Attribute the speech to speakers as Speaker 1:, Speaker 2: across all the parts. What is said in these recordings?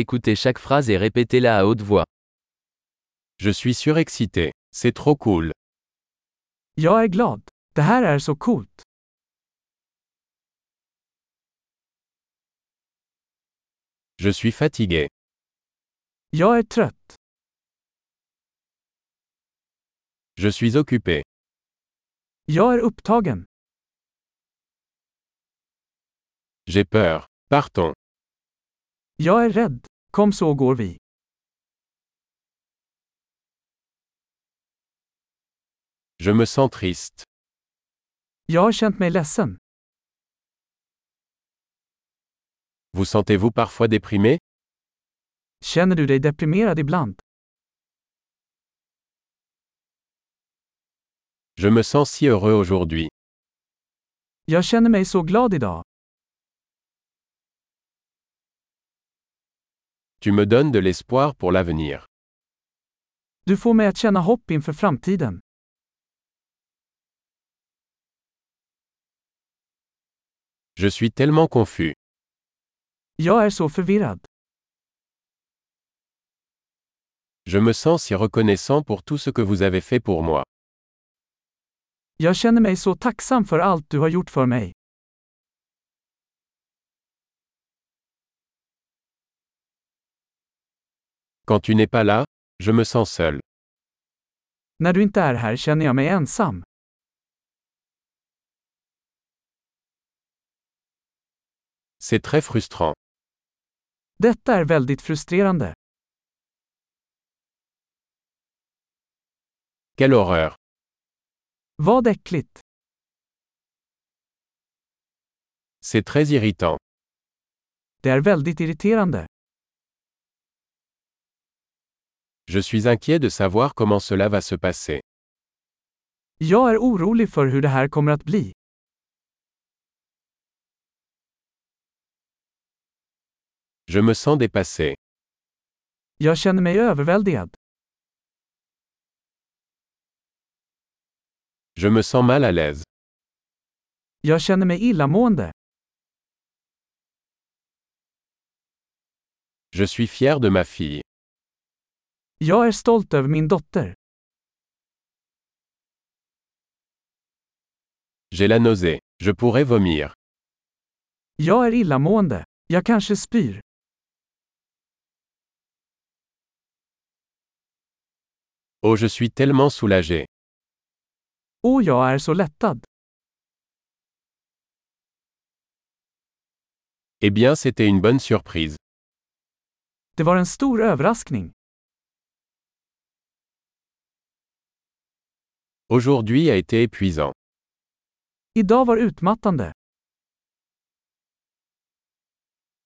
Speaker 1: Écoutez chaque phrase et répétez-la à haute voix.
Speaker 2: Je suis surexcité. C'est trop cool.
Speaker 3: Jag är glad. Det här är så coolt.
Speaker 2: Je suis fatigué.
Speaker 3: Jag är trött.
Speaker 2: Je suis occupé.
Speaker 3: Jag är upptagen.
Speaker 2: J'ai peur. Partons.
Speaker 3: Jag är rädd. Kom så går vi.
Speaker 2: Je me sens triste.
Speaker 3: Jag har känt mig ledsen.
Speaker 2: Vous sentez-vous parfois déprimé
Speaker 3: Känner du dig deprimerad ibland?
Speaker 2: Je me sens si heureux aujourd'hui.
Speaker 3: Jag känner mig så glad idag.
Speaker 2: Tu me donnes de l'espoir pour l'avenir.
Speaker 3: Du får mig att känna hopp inför framtiden.
Speaker 2: Je suis tellement confus.
Speaker 3: Jag är så förvirrad.
Speaker 2: Je me sens si reconnaissant pour tout ce que vous avez fait pour moi.
Speaker 3: Jag känner mig så tacksam för allt du har gjort för mig.
Speaker 2: Quand tu n'es pas là, je me sens seul.
Speaker 3: När du inte är här känner jag mig ensam.
Speaker 2: C'est très frustrant.
Speaker 3: Detta är väldigt frustrerande.
Speaker 2: Quelle horreur.
Speaker 3: Vad äckligt.
Speaker 2: C'est très irritant.
Speaker 3: Det är väldigt irriterande.
Speaker 2: Je suis inquiet de savoir comment cela va se passer.
Speaker 3: Jag är orolig för hur det här kommer att bli.
Speaker 2: Je me sens dépassé.
Speaker 3: Jag känner mig överväldigad.
Speaker 2: Je me sens mal à l'aise.
Speaker 3: Jag känner mig illamående.
Speaker 2: Je suis fier de ma fille.
Speaker 3: Jag är stolt över min dotter.
Speaker 2: J'ai la nausée. Je pourrais vomir.
Speaker 3: Jag är illamående. Jag kanske spyr.
Speaker 2: Oh, je suis tellement soulagé.
Speaker 3: Och jag är så lättad.
Speaker 2: Eh bien, c'était une bonne surprise.
Speaker 3: Det var en stor överraskning.
Speaker 2: Aujourd'hui a été épuisant.
Speaker 3: Idag var utmattande.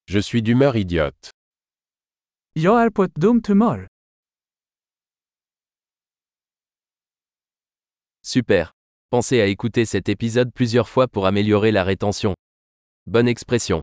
Speaker 2: Je suis d'humeur idiote.
Speaker 3: Jag är på ett dumt humör.
Speaker 1: Super. Pensez à écouter cet épisode plusieurs fois pour améliorer la rétention. Bonne expression.